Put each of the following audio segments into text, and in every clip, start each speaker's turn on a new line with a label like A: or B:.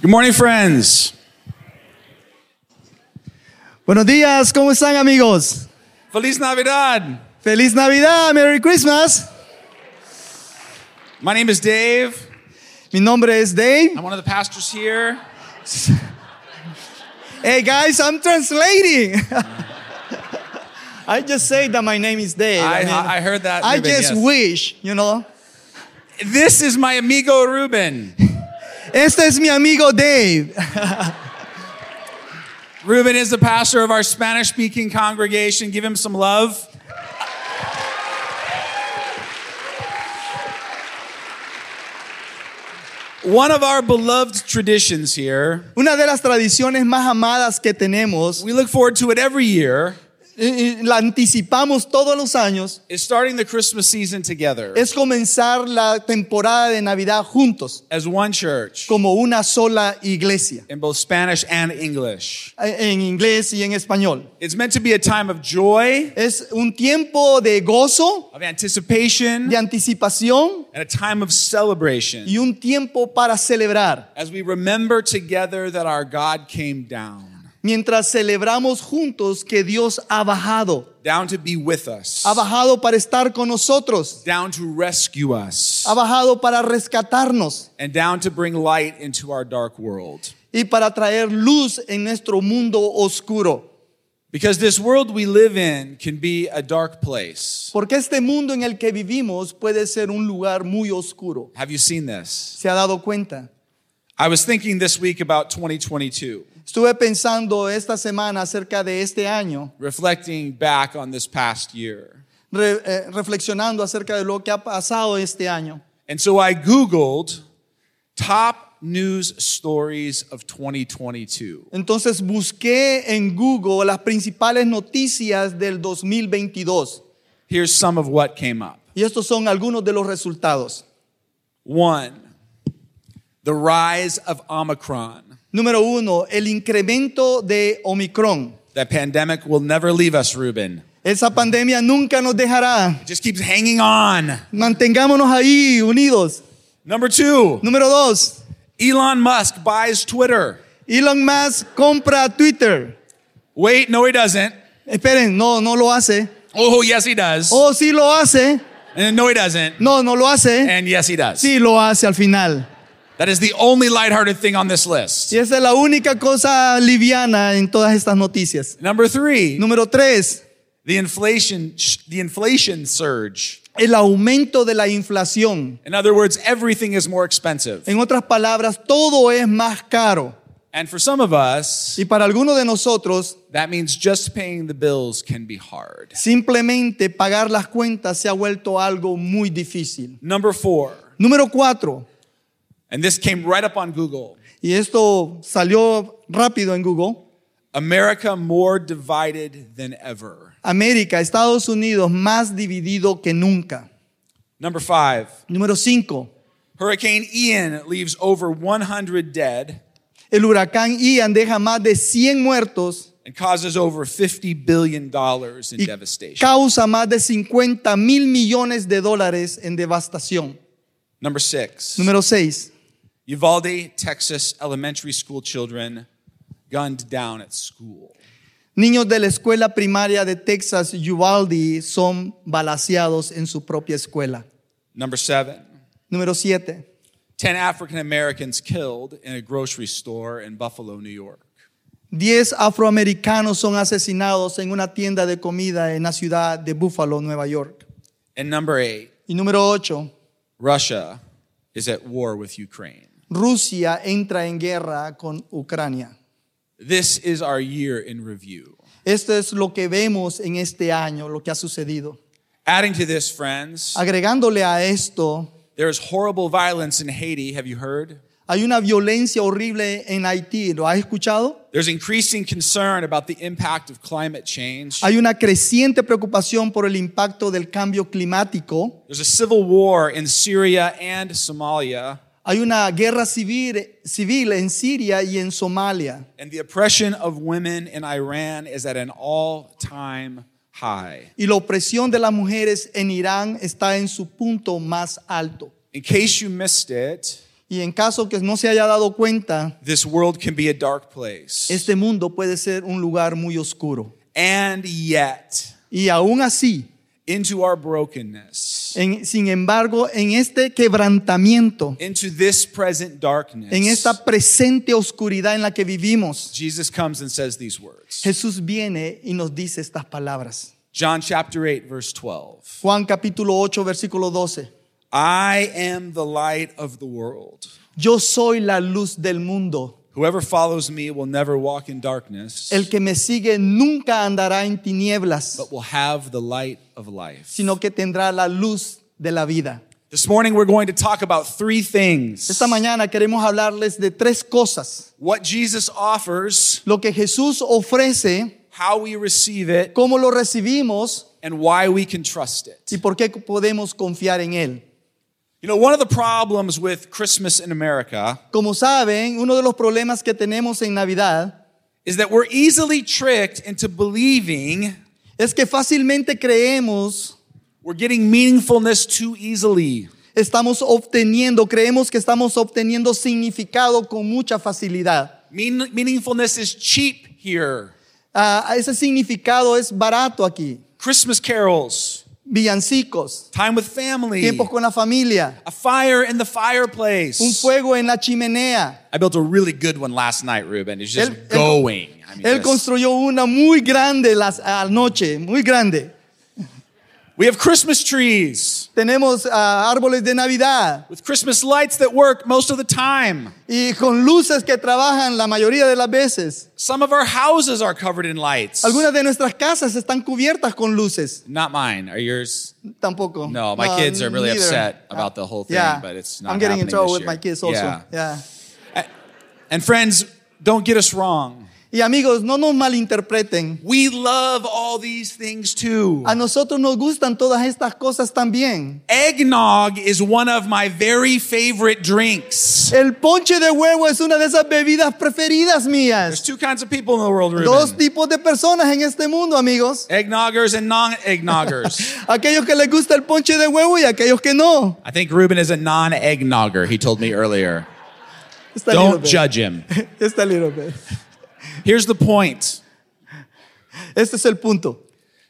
A: Good morning, friends.
B: Buenos días, ¿cómo están amigos?
A: Feliz Navidad.
B: Feliz Navidad, Merry Christmas.
A: My name is Dave.
B: Mi nombre es Dave.
A: I'm one of the pastors here.
B: Hey guys, I'm translating. I just say that my name is Dave.
A: I,
B: mean,
A: I heard that.
B: I
A: Ruben,
B: just
A: yes.
B: wish, you know.
A: This is my amigo Ruben.
B: Este es mi amigo Dave.
A: Ruben is the pastor of our Spanish speaking congregation. Give him some love. One of our beloved traditions here,
B: Una de las tradiciones más amadas que tenemos,
A: we look forward to it every year,
B: y- y la anticipamos todos los años,
A: is starting the Christmas season together
B: es comenzar la temporada de Navidad juntos,
A: as one church.
B: como una sola iglesia,
A: in both Spanish and English.
B: en inglés y en español.
A: It's meant to be a time of joy,
B: Es un tiempo de gozo,
A: of anticipation,
B: de anticipación
A: and a time of celebration
B: y un tiempo para celebrar.
A: as we remember together that our God came down,
B: Mientras celebramos juntos que Dios ha bajado,
A: down to be with us,
B: ha bajado para estar con nosotros,
A: down to rescue us,
B: ha bajado para rescatarnos
A: and down to bring light into our dark world.
B: y para traer luz en nuestro mundo oscuro.
A: Because this world we live in can be a dark place.
B: Porque este mundo en el que vivimos puede ser un lugar muy oscuro.
A: Have you seen this?
B: ¿Se ha dado cuenta?
A: I was thinking this week about 2022,
B: Estuve pensando esta semana acerca de este año,
A: reflecting back on this past year.
B: re- eh, reflexionando acerca de lo que ha pasado este año.
A: And so I Googled top news stories of 2022.
B: Entonces busqué en Google las principales noticias del 2022
A: Here's some of what came up.
B: y estos son algunos de los resultados.
A: One, the rise of Omicron.
B: Número uno, el incremento de Omicron.
A: That pandemic will never leave us, Ruben.
B: Esa pandemia nunca nos dejará.
A: It just keeps hanging on.
B: Mantengámonos ahí unidos.
A: Number two,
B: Número dos,
A: Elon Musk buys Twitter.
B: Elon Musk compra Twitter.
A: Wait, no, he doesn't.
B: Esperen, no, no lo hace.
A: Oh, yes, he does.
B: Oh, sí lo hace.
A: And no, he doesn't.
B: No, no lo hace.
A: And yes, he does.
B: Sí lo hace al final.
A: That is the only lighthearted thing on this list.
B: Y esa es la única cosa liviana en todas estas noticias.
A: Number three,
B: Número tres,
A: the inflation, the inflation surge.
B: el aumento de la inflación.
A: In other words, everything is more expensive.
B: En otras palabras, todo es más caro.
A: And for some of us,
B: Y para algunos de nosotros,
A: that means just paying the bills can be hard.
B: simplemente pagar las cuentas se ha vuelto algo muy difícil.
A: Number four,
B: Número cuatro,
A: and this came right up on Google
B: y esto salió rápido en Google,
A: America more divided than ever.
B: América, Estados Unidos, más dividido que nunca.
A: Number five,
B: Número cinco,
A: Hurricane Ian leaves over 100 dead
B: el huracán Ian deja más de 100 muertos
A: and causes over $50 billion in
B: y
A: devastation.
B: causa más de 50 mil millones de dólares en devastación.
A: Number six,
B: Número seis,
A: Uvalde, Texas elementary school children gunned down at school.
B: Niños de la escuela primaria de Texas, Uvalde, son balaseados en su propia escuela.
A: Number seven,
B: Número 7.
A: 10 African Americans killed in a grocery store in Buffalo, New York.
B: 10 afroamericanos son asesinados en una tienda de comida en la ciudad de Buffalo, Nueva York.
A: And number eight,
B: Y número 8.
A: Russia is at war with Ukraine.
B: Rusia entra en guerra con Ucrania.
A: This is our year in review.
B: Esto es lo que vemos en este año, lo que ha sucedido.
A: Adding to this, friends,
B: Agregándole a esto,
A: there is horrible violence in Haiti. Have you heard?
B: hay una violencia horrible en Haití. ¿Lo has escuchado?
A: There's increasing concern about the impact of climate change.
B: Hay una creciente preocupación por el impacto del cambio climático.
A: There's a civil war in Syria and Somalia,
B: Hay una guerra civil, civil en Siria y en Somalia.
A: and the oppression of women in Iran is at an all time high.
B: Y la opresión de las mujeres en Irán está en su punto más alto.
A: In case you missed it,
B: Y en caso que no se haya dado cuenta,
A: This world can be a dark place.
B: este mundo puede ser un lugar muy oscuro.
A: and yet,
B: Y aún así,
A: into our brokenness,
B: en- sin embargo, en este quebrantamiento,
A: into this present darkness,
B: en esta presente oscuridad en la que vivimos,
A: Jesus comes and says these words.
B: Jesús viene y nos dice estas palabras.
A: John chapter 8, verse 12.
B: Juan capítulo 8, versículo 12.
A: I am the light of the world.
B: Yo soy la luz del mundo.
A: Whoever follows me will never walk in darkness,
B: El que me sigue nunca andará en tinieblas,
A: but will have the light of life.
B: sino que tendrá la luz de la vida.
A: This morning, we're going to talk about three things
B: Esta mañana queremos hablarles de tres cosas.
A: what Jesus offers,
B: Lo que Jesús ofrece,
A: how we receive it,
B: cómo lo recibimos
A: and why we can trust it.
B: y por qué podemos confiar en Él.
A: You know, one of the problems with Christmas in America
B: Como saben, uno de los problemas que tenemos en Navidad
A: is that we're easily tricked into believing
B: es que fácilmente creemos,
A: we're getting meaningfulness too easily.
B: estamos obteniendo, creemos que estamos obteniendo significado con mucha facilidad.
A: Mean, meaningfulness is cheap here.
B: Ah, ese significado es barato aquí.
A: Christmas carols,
B: Villancicos,
A: time with family,
B: tiempos con la familia,
A: a fire in the fireplace.
B: un fuego en la chimenea.
A: I built a really good one last night, Ruben. It's just
B: Él- él-
A: going. I mean,
B: Él
A: just-
B: construyó una muy grande las, anoche, muy grande.
A: we have Christmas trees
B: Tenemos ah, árboles de Navidad
A: with Christmas lights that work most of the time.
B: y con luces que trabajan la mayoría de las veces.
A: Some of our houses are covered in lights.
B: Algunas de nuestras casas están cubiertas con luces.
A: Not mine. Are yours?
B: Tampoco. Ah,
A: No, my kids are really
B: neither. Ah,
A: upset about the whole thing,
B: Yeah.
A: but it's not
B: I'm getting in
A: happening
B: trouble
A: this
B: with
A: year.
B: my kids also.
A: Yeah.
B: Yeah.
A: And friends, don't get us wrong.
B: Y amigos, no nos malinterpreten.
A: We love all these things too.
B: A nosotros nos gustan todas estas cosas también.
A: Eggnog is one of my very favorite drinks.
B: El ponche de huevo es una de esas bebidas preferidas
A: There's
B: mías.
A: two kinds of people in the world, Ruben.
B: Dos tipos de personas en este mundo, amigos.
A: Eggnoggers and non-eggnoggers.
B: Aquellos que les gusta el ponche de huevo y aquellos que no.
A: I think Ruben is a non-eggnogger, he told me earlier.
B: Está
A: Don't judge him.
B: Está little bit.
A: Here's the point.
B: Este es el punto.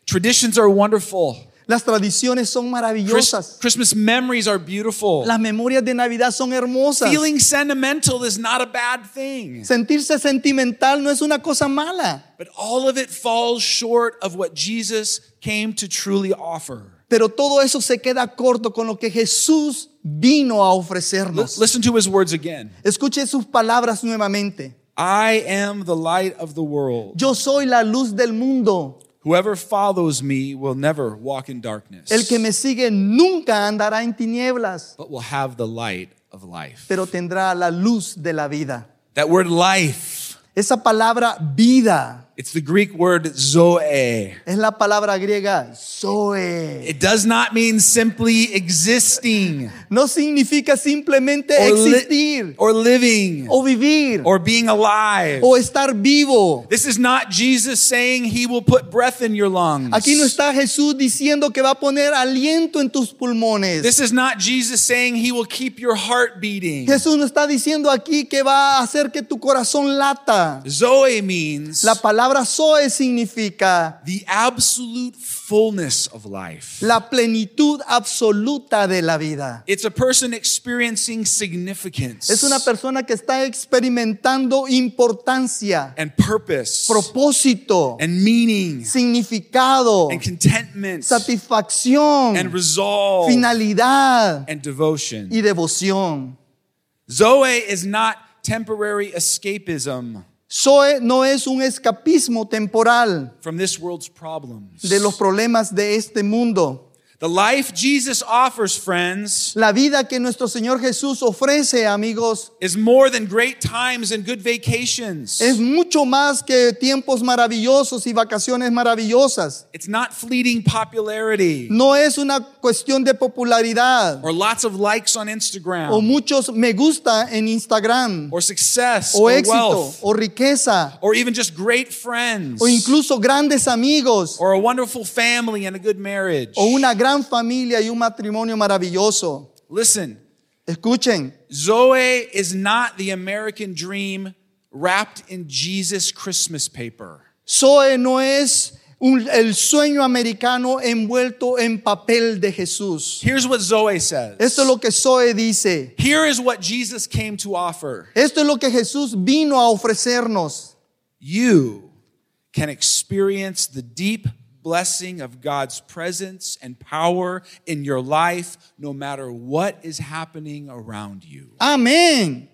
A: Traditions are wonderful.
B: Las tradiciones son
A: Chris-
B: maravillosas.
A: Christmas memories are beautiful.
B: Las memorias de Navidad son hermosas.
A: Feeling sentimental is not a bad thing.
B: Sentirse sentimental no es una cosa mala,
A: But all of it falls short of what Jesus came to truly offer.
B: pero todo eso se queda corto con lo que Jesús vino a
A: L-
B: ofrecernos.
A: listen to his words again.
B: Escuche sus palabras nuevamente.
A: I am the light of the world.
B: Yo soy la luz del mundo.
A: Whoever follows me will never walk in darkness,
B: El que me sigue nunca andará en tinieblas,
A: but will have the light of life.
B: pero tendrá la luz de la vida.
A: That word life,
B: Esa palabra vida
A: it's the Greek word zoe.
B: es la palabra griega zoe.
A: It does not mean simply existing
B: No significa simplemente
A: li-
B: existir
A: or living
B: o vivir
A: or being alive.
B: o estar vivo.
A: This is not Jesus saying he will put breath in your lungs.
B: Aquí no está Jesús diciendo que va a poner aliento en tus pulmones.
A: This is not Jesus saying he will keep your heart beating.
B: Jesús no está diciendo aquí que va a hacer que tu corazón lata.
A: Zoe means
B: La palabra Zoe significa
A: the absolute fullness of life.
B: la plenitud absoluta de la vida.
A: It's a person experiencing significance
B: Es una persona que está experimentando importancia,
A: and purpose
B: propósito,
A: and meaning
B: significado,
A: and contentment and
B: satisfacción,
A: resolve
B: finalidad
A: and devotion.
B: y devoción.
A: Zoe is not temporary escapism
B: Zoe no es un escapismo temporal
A: from this world's problems.
B: de los problemas de este mundo.
A: the life Jesus offers, friends,
B: La vida que nuestro Señor Jesús ofrece, amigos,
A: is more than great times and good vacations.
B: es mucho más que tiempos maravillosos y vacaciones maravillosas.
A: It's not fleeting popularity
B: No es una cuestión de popularidad
A: or lots of likes on Instagram
B: o muchos me gusta en Instagram
A: or success
B: o
A: or
B: éxito
A: wealth
B: o riqueza
A: or even just great friends
B: o incluso grandes amigos
A: or a wonderful family and a good marriage.
B: o una gran familia y un matrimonio maravilloso.
A: Listen,
B: Escuchen,
A: Zoe is not the American dream wrapped in Jesus Christmas paper.
B: Zoe no es un- el sueño americano envuelto en papel de Jesús.
A: Here's what Zoe says.
B: Esto es lo que Zoe dice.
A: Here is what Jesus came to offer.
B: Esto es lo que Jesús vino a ofrecernos.
A: You can experience the deep blessing of God's presence and power in your life no matter what is happening around you.
B: Amén.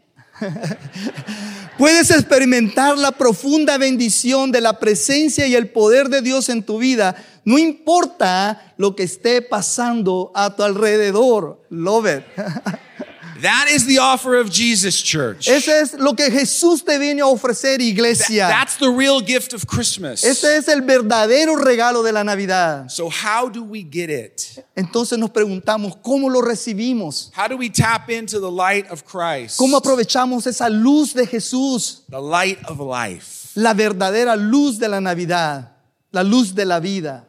B: Puedes experimentar la profunda bendición de la presencia y el poder de Dios en tu vida, no importa lo que esté pasando a tu alrededor. Love it.
A: That is the offer of Jesus, church.
B: Ese es lo que Jesús te viene a ofrecer,
A: Th-
B: iglesia.
A: that's the real gift of Christmas.
B: Ese es el verdadero regalo de la Navidad.
A: So, how do we get it?
B: Entonces nos preguntamos, ¿cómo lo recibimos?
A: How do we tap into the light of Christ?
B: ¿Cómo aprovechamos esa luz de Jesús?
A: The light of life.
B: La verdadera luz de la Navidad, la luz de la vida.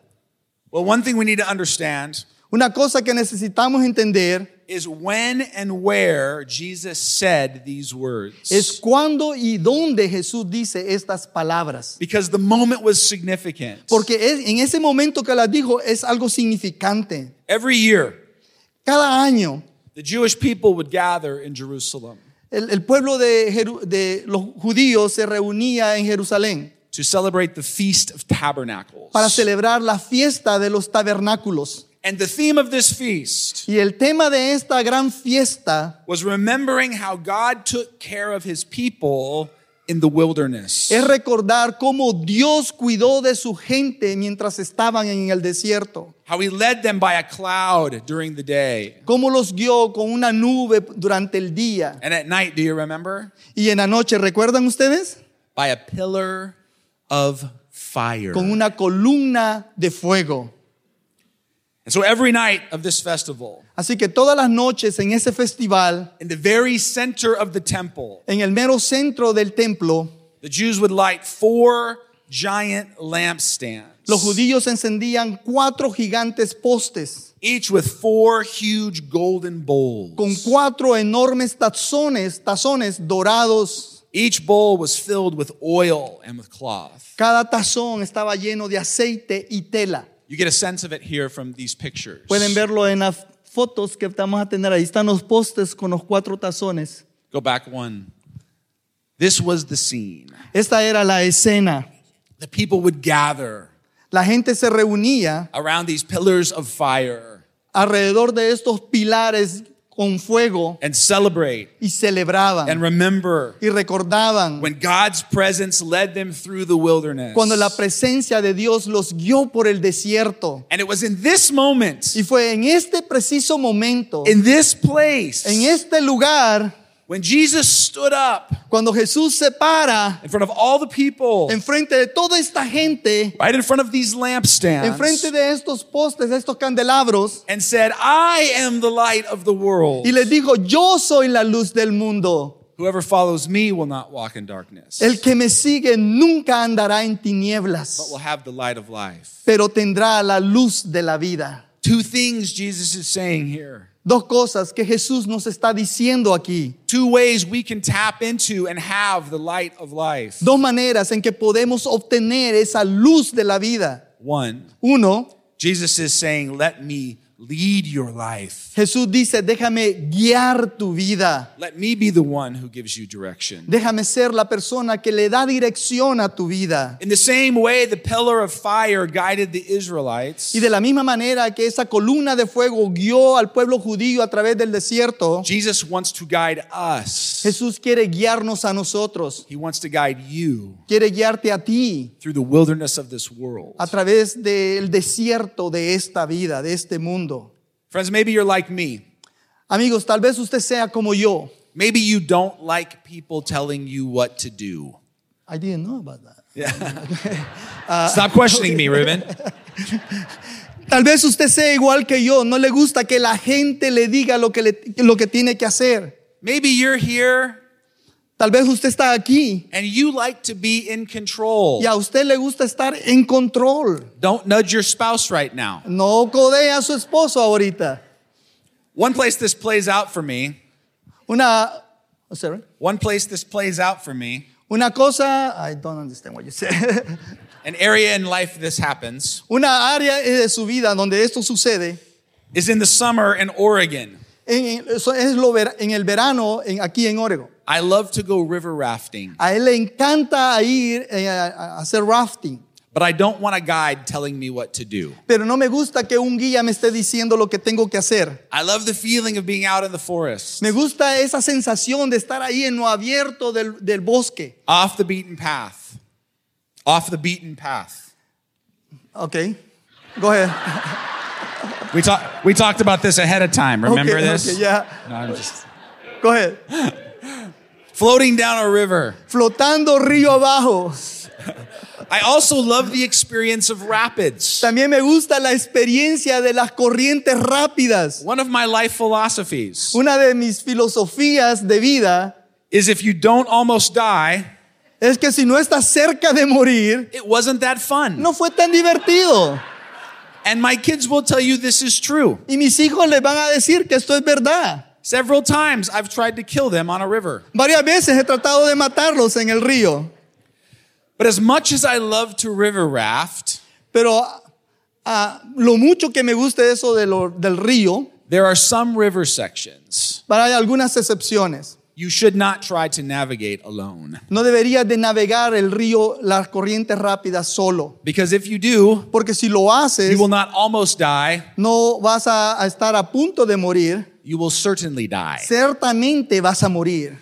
A: Well, one thing we need to understand
B: Una cosa que necesitamos entender
A: is when and where Jesus said these words.
B: es cuándo y dónde Jesús dice estas palabras.
A: because the moment was significant.
B: Porque es- en ese momento que las dijo es algo significante.
A: Every year,
B: Cada año
A: the Jewish people would gather in Jerusalem
B: el, el pueblo de, Jeru- de los judíos se reunía en Jerusalén
A: to celebrate the Feast of Tabernacles.
B: para celebrar la fiesta de los tabernáculos.
A: And the theme of this feast
B: Y el tema de esta gran fiesta
A: was remembering how God took care of his people in the wilderness.
B: es recordar cómo Dios cuidó de su gente mientras estaban en el desierto,
A: How he led them by a cloud during the day.
B: cómo los guió con una nube durante el día
A: And at night, do you remember?
B: y en la noche, ¿recuerdan ustedes?
A: By a pillar of fire.
B: Con una columna de fuego.
A: And so every night of this festival,
B: Así que todas las noches en ese festival,
A: in the very center of the temple,
B: en el mero centro del templo,
A: the Jews would light four giant lampstands.
B: los judíos encendían cuatro gigantes postes
A: each with four huge golden
B: con
A: bowls.
B: cuatro enormes tazones, tazones dorados
A: Each bowl was filled with oil and with cloth.
B: Cada tazón estaba lleno de aceite y tela.
A: You get a sense of it here from these pictures.
B: Pueden verlo en las fotos que vamos a tener. Ahí están los postes con los cuatro tazones.
A: Go back one. This was the scene.
B: Esta era la escena.
A: The people would gather
B: La gente se reunía
A: around these pillars of fire
B: alrededor de estos pilares con fuego
A: and celebrate
B: y
A: and
B: celebraban
A: remember
B: y recordaban
A: when God's presence led them through the wilderness.
B: cuando la presencia de Dios los guió por el desierto.
A: And it was in this moment,
B: Y fue en este preciso momento,
A: in this place,
B: en este lugar,
A: when Jesus stood up
B: cuando Jesús se para
A: in front of all the people
B: enfrente de toda esta gente
A: right in front of these lampstands
B: enfrente de estos postes, de estos candelabros,
A: and said, I am the light of the world.
B: y les dijo, yo soy la luz del mundo.
A: Whoever follows me will not walk in darkness,
B: El que me sigue nunca andará en
A: but will
B: tinieblas,
A: have the light of life.
B: pero tendrá la luz de la vida.
A: Two things Jesus is saying here.
B: Dos cosas que Jesús nos está diciendo aquí.
A: Two ways we can tap into and have the light of life.
B: Dos maneras en que podemos obtener esa luz de la vida.
A: One,
B: Uno,
A: Jesus is saying, Let me lead your life.
B: Jesús dice, déjame guiar tu vida.
A: Let me be the one who gives you direction.
B: Déjame ser la persona que le da dirección a tu vida.
A: In the same way the pillar of fire guided the Israelites,
B: Y de la misma manera que esa columna de fuego guió al pueblo judío a través del desierto,
A: Jesus wants to guide us.
B: Jesús quiere guiarnos a nosotros,
A: He wants to guide you
B: quiere guiarte a ti
A: through the wilderness of this world.
B: a través del desierto de esta vida, de este mundo.
A: Friends, maybe you're like me.
B: Amigos, tal vez usted sea como yo.
A: Maybe you don't like people telling you what to do.
B: I didn't know about that.
A: Stop questioning me, Ruben.
B: Tal vez usted sea igual que yo, no le gusta que la gente le diga lo que, le- lo que tiene que hacer.
A: Maybe you're here
B: Tal vez usted está aquí
A: and you like to be in control.
B: y a usted le gusta estar en control.
A: Don't nudge your spouse right now.
B: No codea a su esposo ahorita.
A: One place this plays out for me
B: Una, oh, sorry.
A: One place this plays out for me,
B: Una cosa, I don't understand what you said.
A: an area in life this happens,
B: Una área de su vida donde esto sucede
A: is in the summer in Oregon.
B: en, en- eso es lo ver- en el verano en- aquí en Oregon.
A: I love to go river rafting,
B: A él le encanta ir eh, a, a hacer rafting,
A: but I don't want a guide telling me what to do.
B: pero no me gusta que un guía me esté diciendo lo que tengo que hacer.
A: I love the feeling of being out in the forest,
B: Me gusta esa sensación de estar ahí en lo abierto del, del bosque.
A: off the beaten path. Off the beaten path.
B: Ok, go ahead.
A: We, talk, we talked about this ahead of time. Remember
B: Okay,
A: this?
B: okay, yeah.
A: No, I'm just-
B: Go ahead.
A: floating down a river.
B: Flotando río abajo.
A: I also love the experience of rapids.
B: También me gusta la experiencia de las corrientes rápidas.
A: One of my life philosophies
B: Una de mis filosofías de vida
A: is if you don't almost die,
B: es que si no estás cerca de morir,
A: it wasn't that fun.
B: no fue tan divertido.
A: And my kids will tell you this is true.
B: Y mis hijos les van a decir que esto es verdad.
A: Several times I've tried to kill them on a river.
B: Varias veces he tratado de matarlos en el río,
A: But as much as I love to river raft,
B: pero ah, ah, lo mucho que me gusta eso de lo- del río,
A: there are some river sections
B: para hay algunas excepciones.
A: you should not try to navigate alone.
B: No deberías de navegar el río, las corrientes rápidas solo,
A: Because if you do,
B: porque si lo haces,
A: you will not almost die,
B: no vas a, a estar a punto de morir,
A: you will certainly die.
B: ciertamente vas a morir.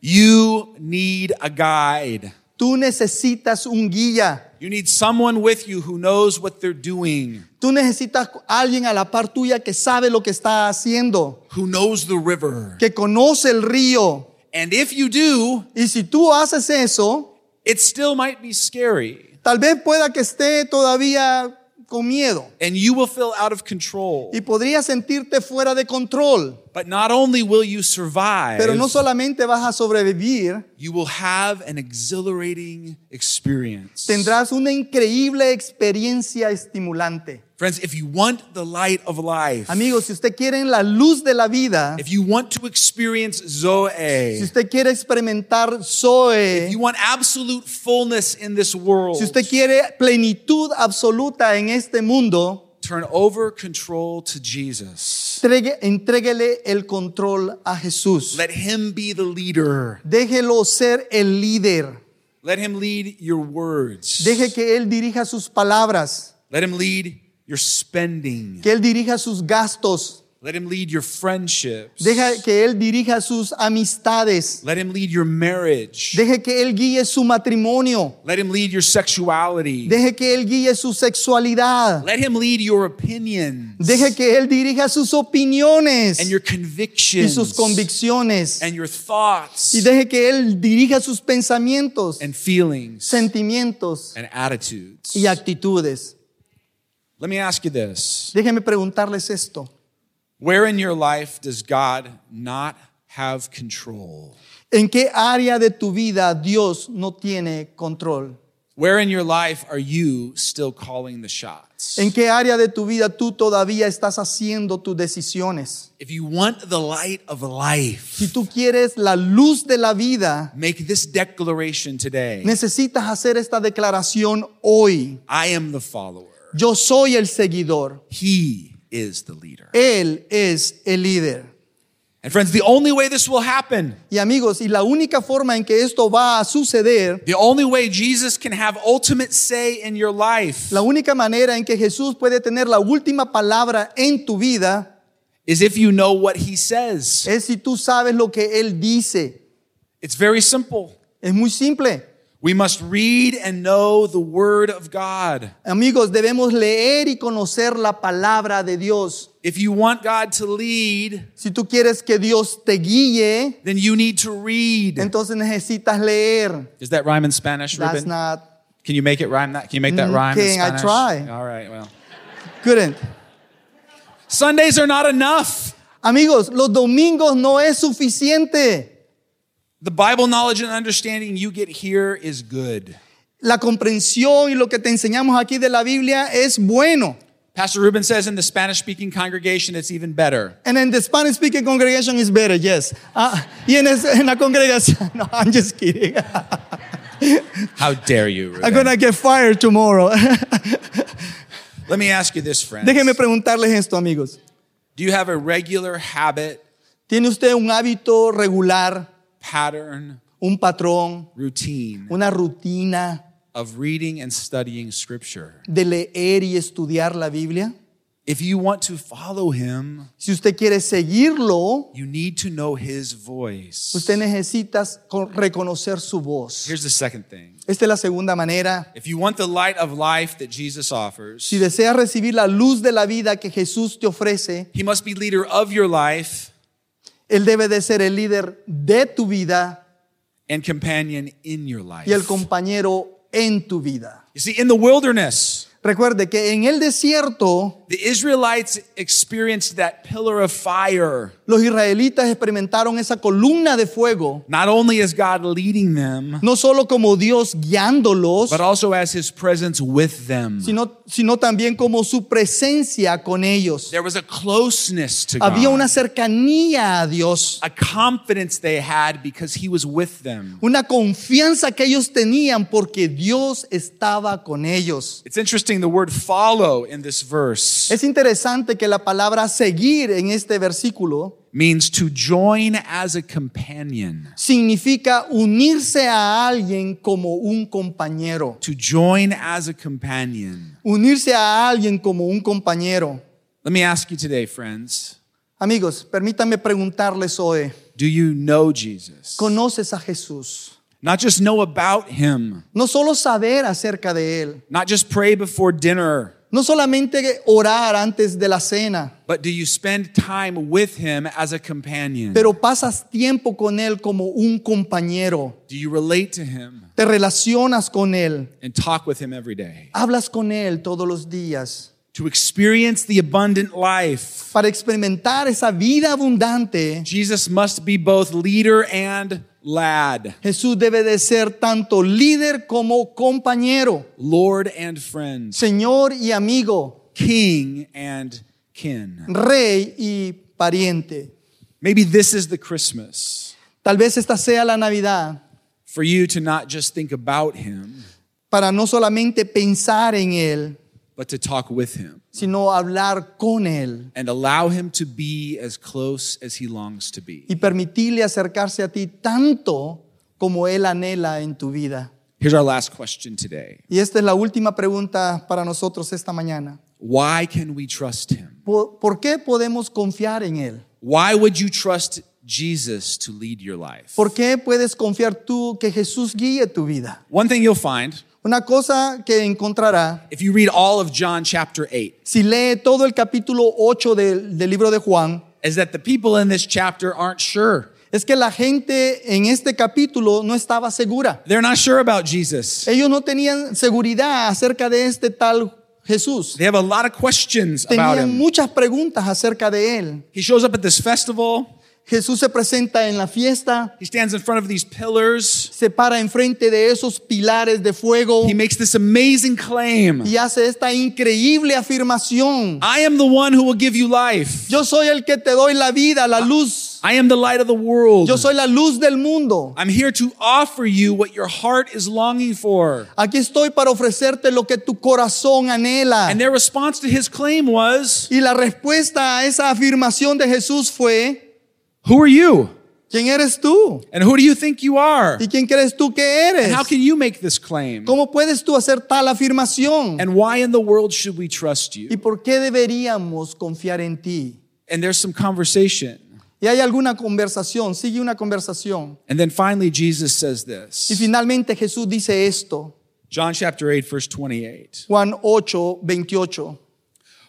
A: You need a guide.
B: Tú necesitas un guía.
A: You need someone with you who knows what they're doing,
B: Tú necesitas alguien a la par tuya que sabe lo que está haciendo,
A: who knows the river.
B: que conoce el río.
A: And if you do,
B: Y si tú haces eso,
A: it still might be scary
B: tal vez pueda que esté todavía con miedo
A: and you will feel out of control.
B: y podrías sentirte fuera de control.
A: But not only will you survive,
B: Pero no solamente vas a sobrevivir,
A: you will have an exhilarating experience.
B: tendrás una increíble experiencia estimulante.
A: Friends, if you want the light of life,
B: Amigos, si usted quiere la luz de la vida,
A: if you want to experience
B: si
A: Zoe,
B: usted quiere experimentar Zoe,
A: if you want absolute fullness in this world,
B: Si usted quiere plenitud absoluta en este mundo,
A: turn over control to Jesus.
B: entregue- entréguele el control a Jesús.
A: Let him be the leader.
B: Déjelo ser el líder.
A: Let him lead your words.
B: Deje que Él dirija sus palabras,
A: Let him lead your spending.
B: que Él dirija sus gastos,
A: Let him lead your friendships.
B: deja que Él dirija sus amistades,
A: Let him lead your marriage.
B: deje que Él guíe su matrimonio,
A: Let him lead your sexuality.
B: deje que Él guíe su sexualidad,
A: Let him lead your opinions
B: deje que Él dirija sus opiniones
A: and your
B: y
A: convictions
B: sus convicciones,
A: and your thoughts
B: y deje que Él dirija sus pensamientos.
A: and feelings
B: sentimientos
A: and attitudes.
B: y actitudes.
A: Let me ask you this.
B: Déjenme preguntarles esto.
A: Where in your life does God not have control?
B: ¿En qué área de tu vida Dios no tiene control?
A: Where in your life are you still calling the shots?
B: ¿En qué área de tu vida tú todavía estás haciendo tus decisiones?
A: If you want the light of life,
B: Si tú quieres la luz de la vida,
A: make this declaration today.
B: necesitas hacer esta declaración hoy.
A: I am the follower.
B: Yo soy el seguidor.
A: He is the leader.
B: Él es el líder.
A: And friends, the only way this will happen,
B: Y amigos, y la única forma en que esto va a suceder,
A: the only way Jesus can have ultimate say in your life
B: la única manera en que Jesús puede tener la última palabra en tu vida,
A: is if you know what he says.
B: es si tú sabes lo que Él dice.
A: It's very simple.
B: Es muy simple.
A: We must read and know the word of God.
B: Amigos, debemos leer y conocer la palabra de Dios.
A: If you want God to lead,
B: Si tú quieres que Dios te guíe,
A: then you need to read.
B: entonces necesitas leer.
A: Does that rhyme in Spanish,
B: That's
A: Ruben?
B: not
A: Can you make it rhyme? That can you make that
B: Mm,
A: rhyme? in
B: okay, I
A: Spanish?
B: try.
A: All right. Well,
B: couldn't.
A: Sundays are not enough.
B: Amigos, los domingos no es suficiente.
A: The Bible knowledge and understanding you get here is good.
B: La comprensión y lo que te enseñamos aquí de la Biblia es bueno.
A: Pastor Ruben says in the Spanish speaking congregation, it's even better.
B: And in the Spanish speaking congregation is better, yes. Ah, y en, es- en la congregación, no, I'm just kidding.
A: How dare you,
B: I'm
A: Ruben?
B: gonna get fired tomorrow.
A: Let me ask you this, friend.
B: Déjenme preguntarles esto, amigos.
A: Do you have a regular habit,
B: ¿Tiene usted un hábito regular,
A: pattern,
B: un patrón,
A: routine
B: una rutina
A: of reading and studying Scripture?
B: de leer y estudiar la Biblia?
A: If you want to follow Him,
B: Si usted quiere seguirlo,
A: you need to know His voice.
B: usted necesita con- reconocer su voz.
A: Here's the second thing.
B: Esta es la segunda manera.
A: If you want the light of life that Jesus offers,
B: Si deseas recibir la luz de la vida que Jesús te ofrece,
A: He must be leader of your life
B: Él debe de ser el líder de tu vida
A: and companion in your life.
B: y el compañero en tu vida.
A: You see, in the wilderness,
B: Recuerde que en el desierto
A: the Israelites experienced that pillar of fire.
B: los israelitas experimentaron esa columna de fuego,
A: Not only is God leading them,
B: no solo como Dios guiándolos,
A: but also as his presence with them.
B: sino, sino también como su presencia con ellos.
A: There was a closeness to God,
B: Había una cercanía a Dios,
A: a confidence they had because he was with them.
B: una confianza que ellos tenían porque Dios estaba con ellos.
A: It's interesting the word follow in this verse
B: Es interesante que la palabra seguir en este versículo
A: means to join as a companion,
B: significa unirse a alguien como un compañero.
A: to join as a companion.
B: Unirse a alguien como un compañero.
A: Let me ask you today, friends,
B: Amigos, permítanme preguntarles hoy,
A: do you know Jesus?
B: ¿conoces a Jesús?
A: Not just know about him,
B: No solo saber acerca de Él,
A: not just pray before dinner,
B: no solamente orar antes de la cena,
A: but do you spend time with him as a companion?
B: pero pasas tiempo con Él como un compañero,
A: Do you relate to him
B: te relacionas con Él,
A: and talk with him every day?
B: hablas con Él todos los días.
A: To experience the abundant life,
B: Para experimentar esa vida abundante,
A: Jesus must be both leader and lad,
B: Jesús debe de ser tanto líder como compañero,
A: Lord and friend,
B: Señor y amigo,
A: king and kin.
B: rey y pariente.
A: Maybe this is the Christmas
B: Tal vez esta sea la Navidad
A: for you to not just think about him,
B: para no solamente pensar en Él,
A: but to talk with him
B: sino hablar con Él
A: and allow him to be as close as he longs to be.
B: y permitirle acercarse a ti tanto como Él anhela en tu vida.
A: Here's our last question today
B: Y esta es la última pregunta para nosotros esta mañana.
A: Why can we trust him?
B: ¿Por, por qué podemos confiar en Él?
A: Why would you trust Jesus to lead your life?
B: ¿Por qué puedes confiar tú que Jesús guíe tu vida?
A: One thing you'll find
B: Una cosa que encontrará,
A: if you read all of John chapter 8
B: si lee todo el capítulo 8 del, del libro de Juan,
A: is that the people in this chapter aren't sure.
B: es que la gente en este capítulo no estaba segura.
A: They're not sure about Jesus.
B: Ellos no tenían seguridad acerca de este tal Jesús.
A: They have a lot of questions about
B: Tenían
A: him.
B: muchas preguntas acerca de él.
A: He shows up at this festival,
B: Jesús se presenta en la fiesta,
A: he stands in front of these pillars,
B: se para enfrente de esos pilares de fuego
A: he makes this amazing claim
B: y hace esta increíble afirmación.
A: I am the one who will give you life,
B: Yo soy el que te doy la vida, la luz.
A: I am the light of the world.
B: Yo soy la luz del mundo.
A: I'm here to offer you what your heart is longing for.
B: Aquí estoy para ofrecerte lo que tu corazón anhela.
A: And their response to his claim was,
B: Y la respuesta a esa afirmación de Jesús fue,
A: Who are you?
B: ¿quién eres tú?
A: And who do you think you are?
B: ¿Y quién crees tú que
A: And
B: eres?
A: how can you make this claim?
B: ¿Cómo puedes tú hacer tal afirmación?
A: And why in the world should we trust
B: ¿Y
A: you?
B: por qué deberíamos confiar en ti?
A: And there's some conversation.
B: Y hay alguna conversación, sigue una conversación.
A: And then finally, Jesus says
B: Y
A: this
B: finalmente Jesús dice esto,
A: John chapter 8, verse 28.
B: Juan 8, 28.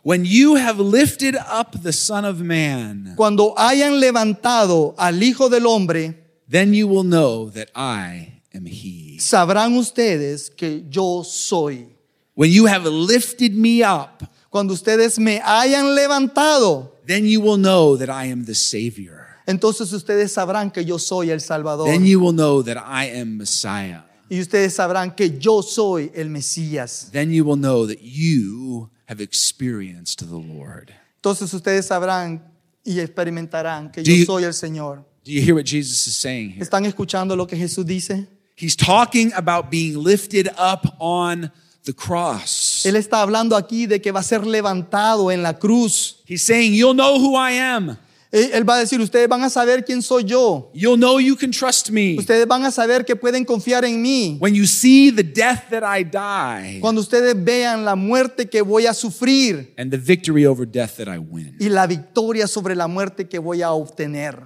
A: When you have lifted up the Son of Man,
B: Cuando hayan levantado al Hijo del Hombre,
A: then you will know that I am He.
B: sabrán ustedes que yo soy.
A: When you have lifted me up,
B: Cuando ustedes me hayan levantado,
A: then you will know that I am the Savior.
B: entonces ustedes sabrán que yo soy el Salvador.
A: Then you will know that I am Messiah.
B: Y ustedes sabrán que yo soy el Mesías.
A: Then you will know that you have experienced the Lord.
B: Entonces ustedes sabrán y experimentarán que
A: Do you-
B: yo soy el Señor.
A: Do you hear what Jesus is saying here?
B: ¿Están escuchando lo que Jesús dice?
A: He's talking about being lifted up on the cross.
B: Él está hablando aquí de que va a ser levantado en la cruz.
A: He's saying, You'll know who I am.
B: Él él va a decir, ustedes van a saber quién soy yo.
A: You'll know you can trust me.
B: Ustedes van a saber que pueden confiar en mí.
A: When you see the death that I die
B: Cuando ustedes vean la muerte que voy a sufrir
A: and the victory over death that I win.
B: y la victoria sobre la muerte que voy a obtener.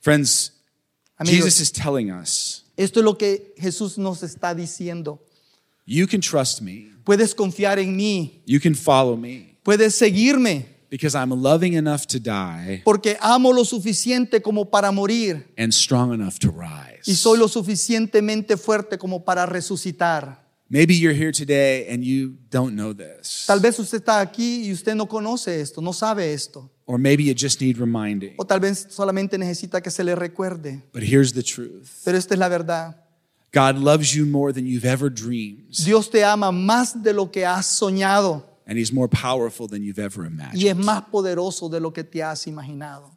A: Friends,
B: Amigos,
A: Jesus is telling us,
B: esto es lo que Jesús nos está diciendo.
A: You can trust me.
B: Puedes confiar en mí,
A: You can follow me
B: puedes seguirme,
A: because I'm loving enough to die
B: porque amo lo suficiente como para morir
A: and strong enough to
B: y
A: rise.
B: soy lo suficientemente fuerte como para resucitar.
A: Maybe you're here today and you don't know this.
B: Tal vez usted está aquí y usted no conoce esto, no sabe esto,
A: Or maybe you just need reminding.
B: o tal vez solamente necesita que se le recuerde.
A: But here's the truth.
B: Pero esta es la verdad.
A: God loves you more than you've ever dreamed,
B: Dios te ama más de lo que has soñado
A: and He's more powerful than you've ever
B: y es
A: imagined.
B: más poderoso de lo que te has imaginado.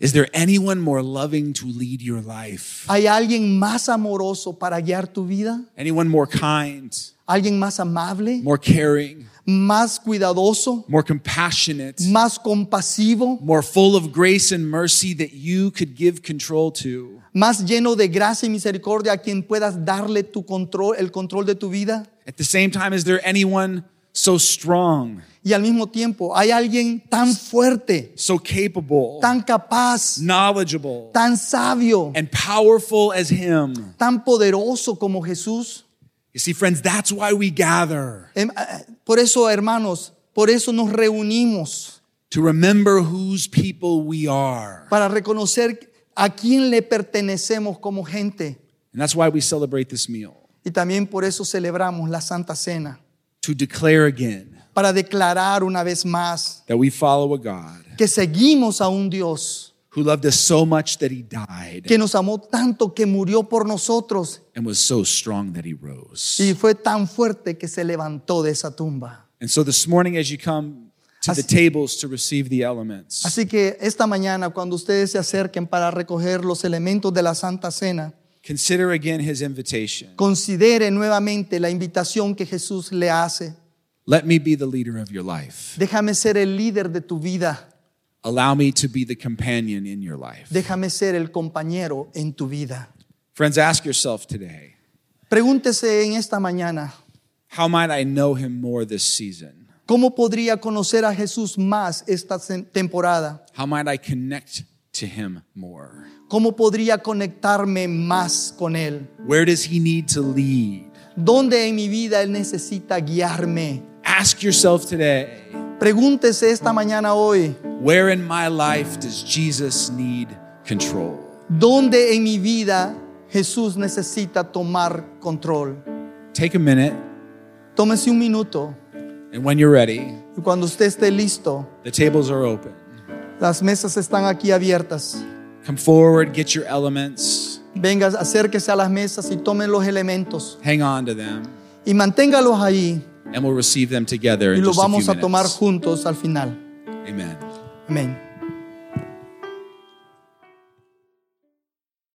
A: Is there anyone more loving to lead your life?
B: ¿Hay alguien más amoroso para guiar tu vida?
A: Anyone more kind,
B: ¿Alguien más amable?
A: more caring,
B: ¿Más cuidadoso?
A: more compassionate,
B: ¿Más compasivo?
A: more full of grace and mercy that you could give control to?
B: ¿Más lleno de gracia y misericordia a quien puedas darle tu control, el control de tu vida?
A: At the same time, is there anyone so strong,
B: Y al mismo tiempo, ¿hay alguien tan fuerte,
A: so capable,
B: tan capaz,
A: knowledgeable,
B: tan sabio,
A: and powerful as Him?
B: tan poderoso como Jesús?
A: You see, friends, that's why we gather
B: Em, ah, Por eso, hermanos, por eso nos reunimos,
A: to remember whose people we are.
B: para reconocer a quién le pertenecemos como gente.
A: And that's why we celebrate this meal
B: Y también por eso celebramos la Santa Cena,
A: to declare again
B: para declarar una vez más
A: that we follow a God
B: que seguimos a un Dios
A: who loved us so much that he died
B: que nos amó tanto que murió por nosotros
A: and was so strong that he
B: y
A: rose.
B: fue tan fuerte que se levantó de esa tumba.
A: And so this morning, as you come to the
B: Así-
A: tables to receive the elements,
B: Así que esta mañana cuando ustedes se acerquen para recoger los elementos de la Santa Cena,
A: consider again his invitation.
B: considere nuevamente la invitación que Jesús le hace.
A: Let me be the leader of your life.
B: Déjame ser el líder de tu vida,
A: Allow me to be the companion in your life.
B: déjame ser el compañero en tu vida.
A: Friends, ask yourself today
B: Pregúntese en esta mañana,
A: how might I know him more this season?
B: ¿cómo podría conocer a Jesús más esta se- temporada?
A: How might I connect to him more?
B: ¿Cómo podría conectarme más con Él?
A: Where does he need to lead?
B: ¿Dónde en mi vida Él necesita guiarme?
A: Ask yourself today
B: Pregúntese esta mañana hoy,
A: where in my life does Jesus need control?
B: ¿dónde en mi vida Jesús necesita tomar control?
A: Take a minute,
B: Tómese un minuto
A: and when you're ready,
B: y cuando usted esté listo,
A: the tables are open.
B: las mesas están aquí abiertas.
A: Come forward, get your elements,
B: Venga, acérquese a las mesas y tome los elementos
A: hang on to them,
B: y manténgalos ahí
A: and we'll receive them together
B: y
A: in
B: los
A: just a few
B: vamos a tomar
A: minutes.
B: juntos al final.
A: Amen.
B: Amén.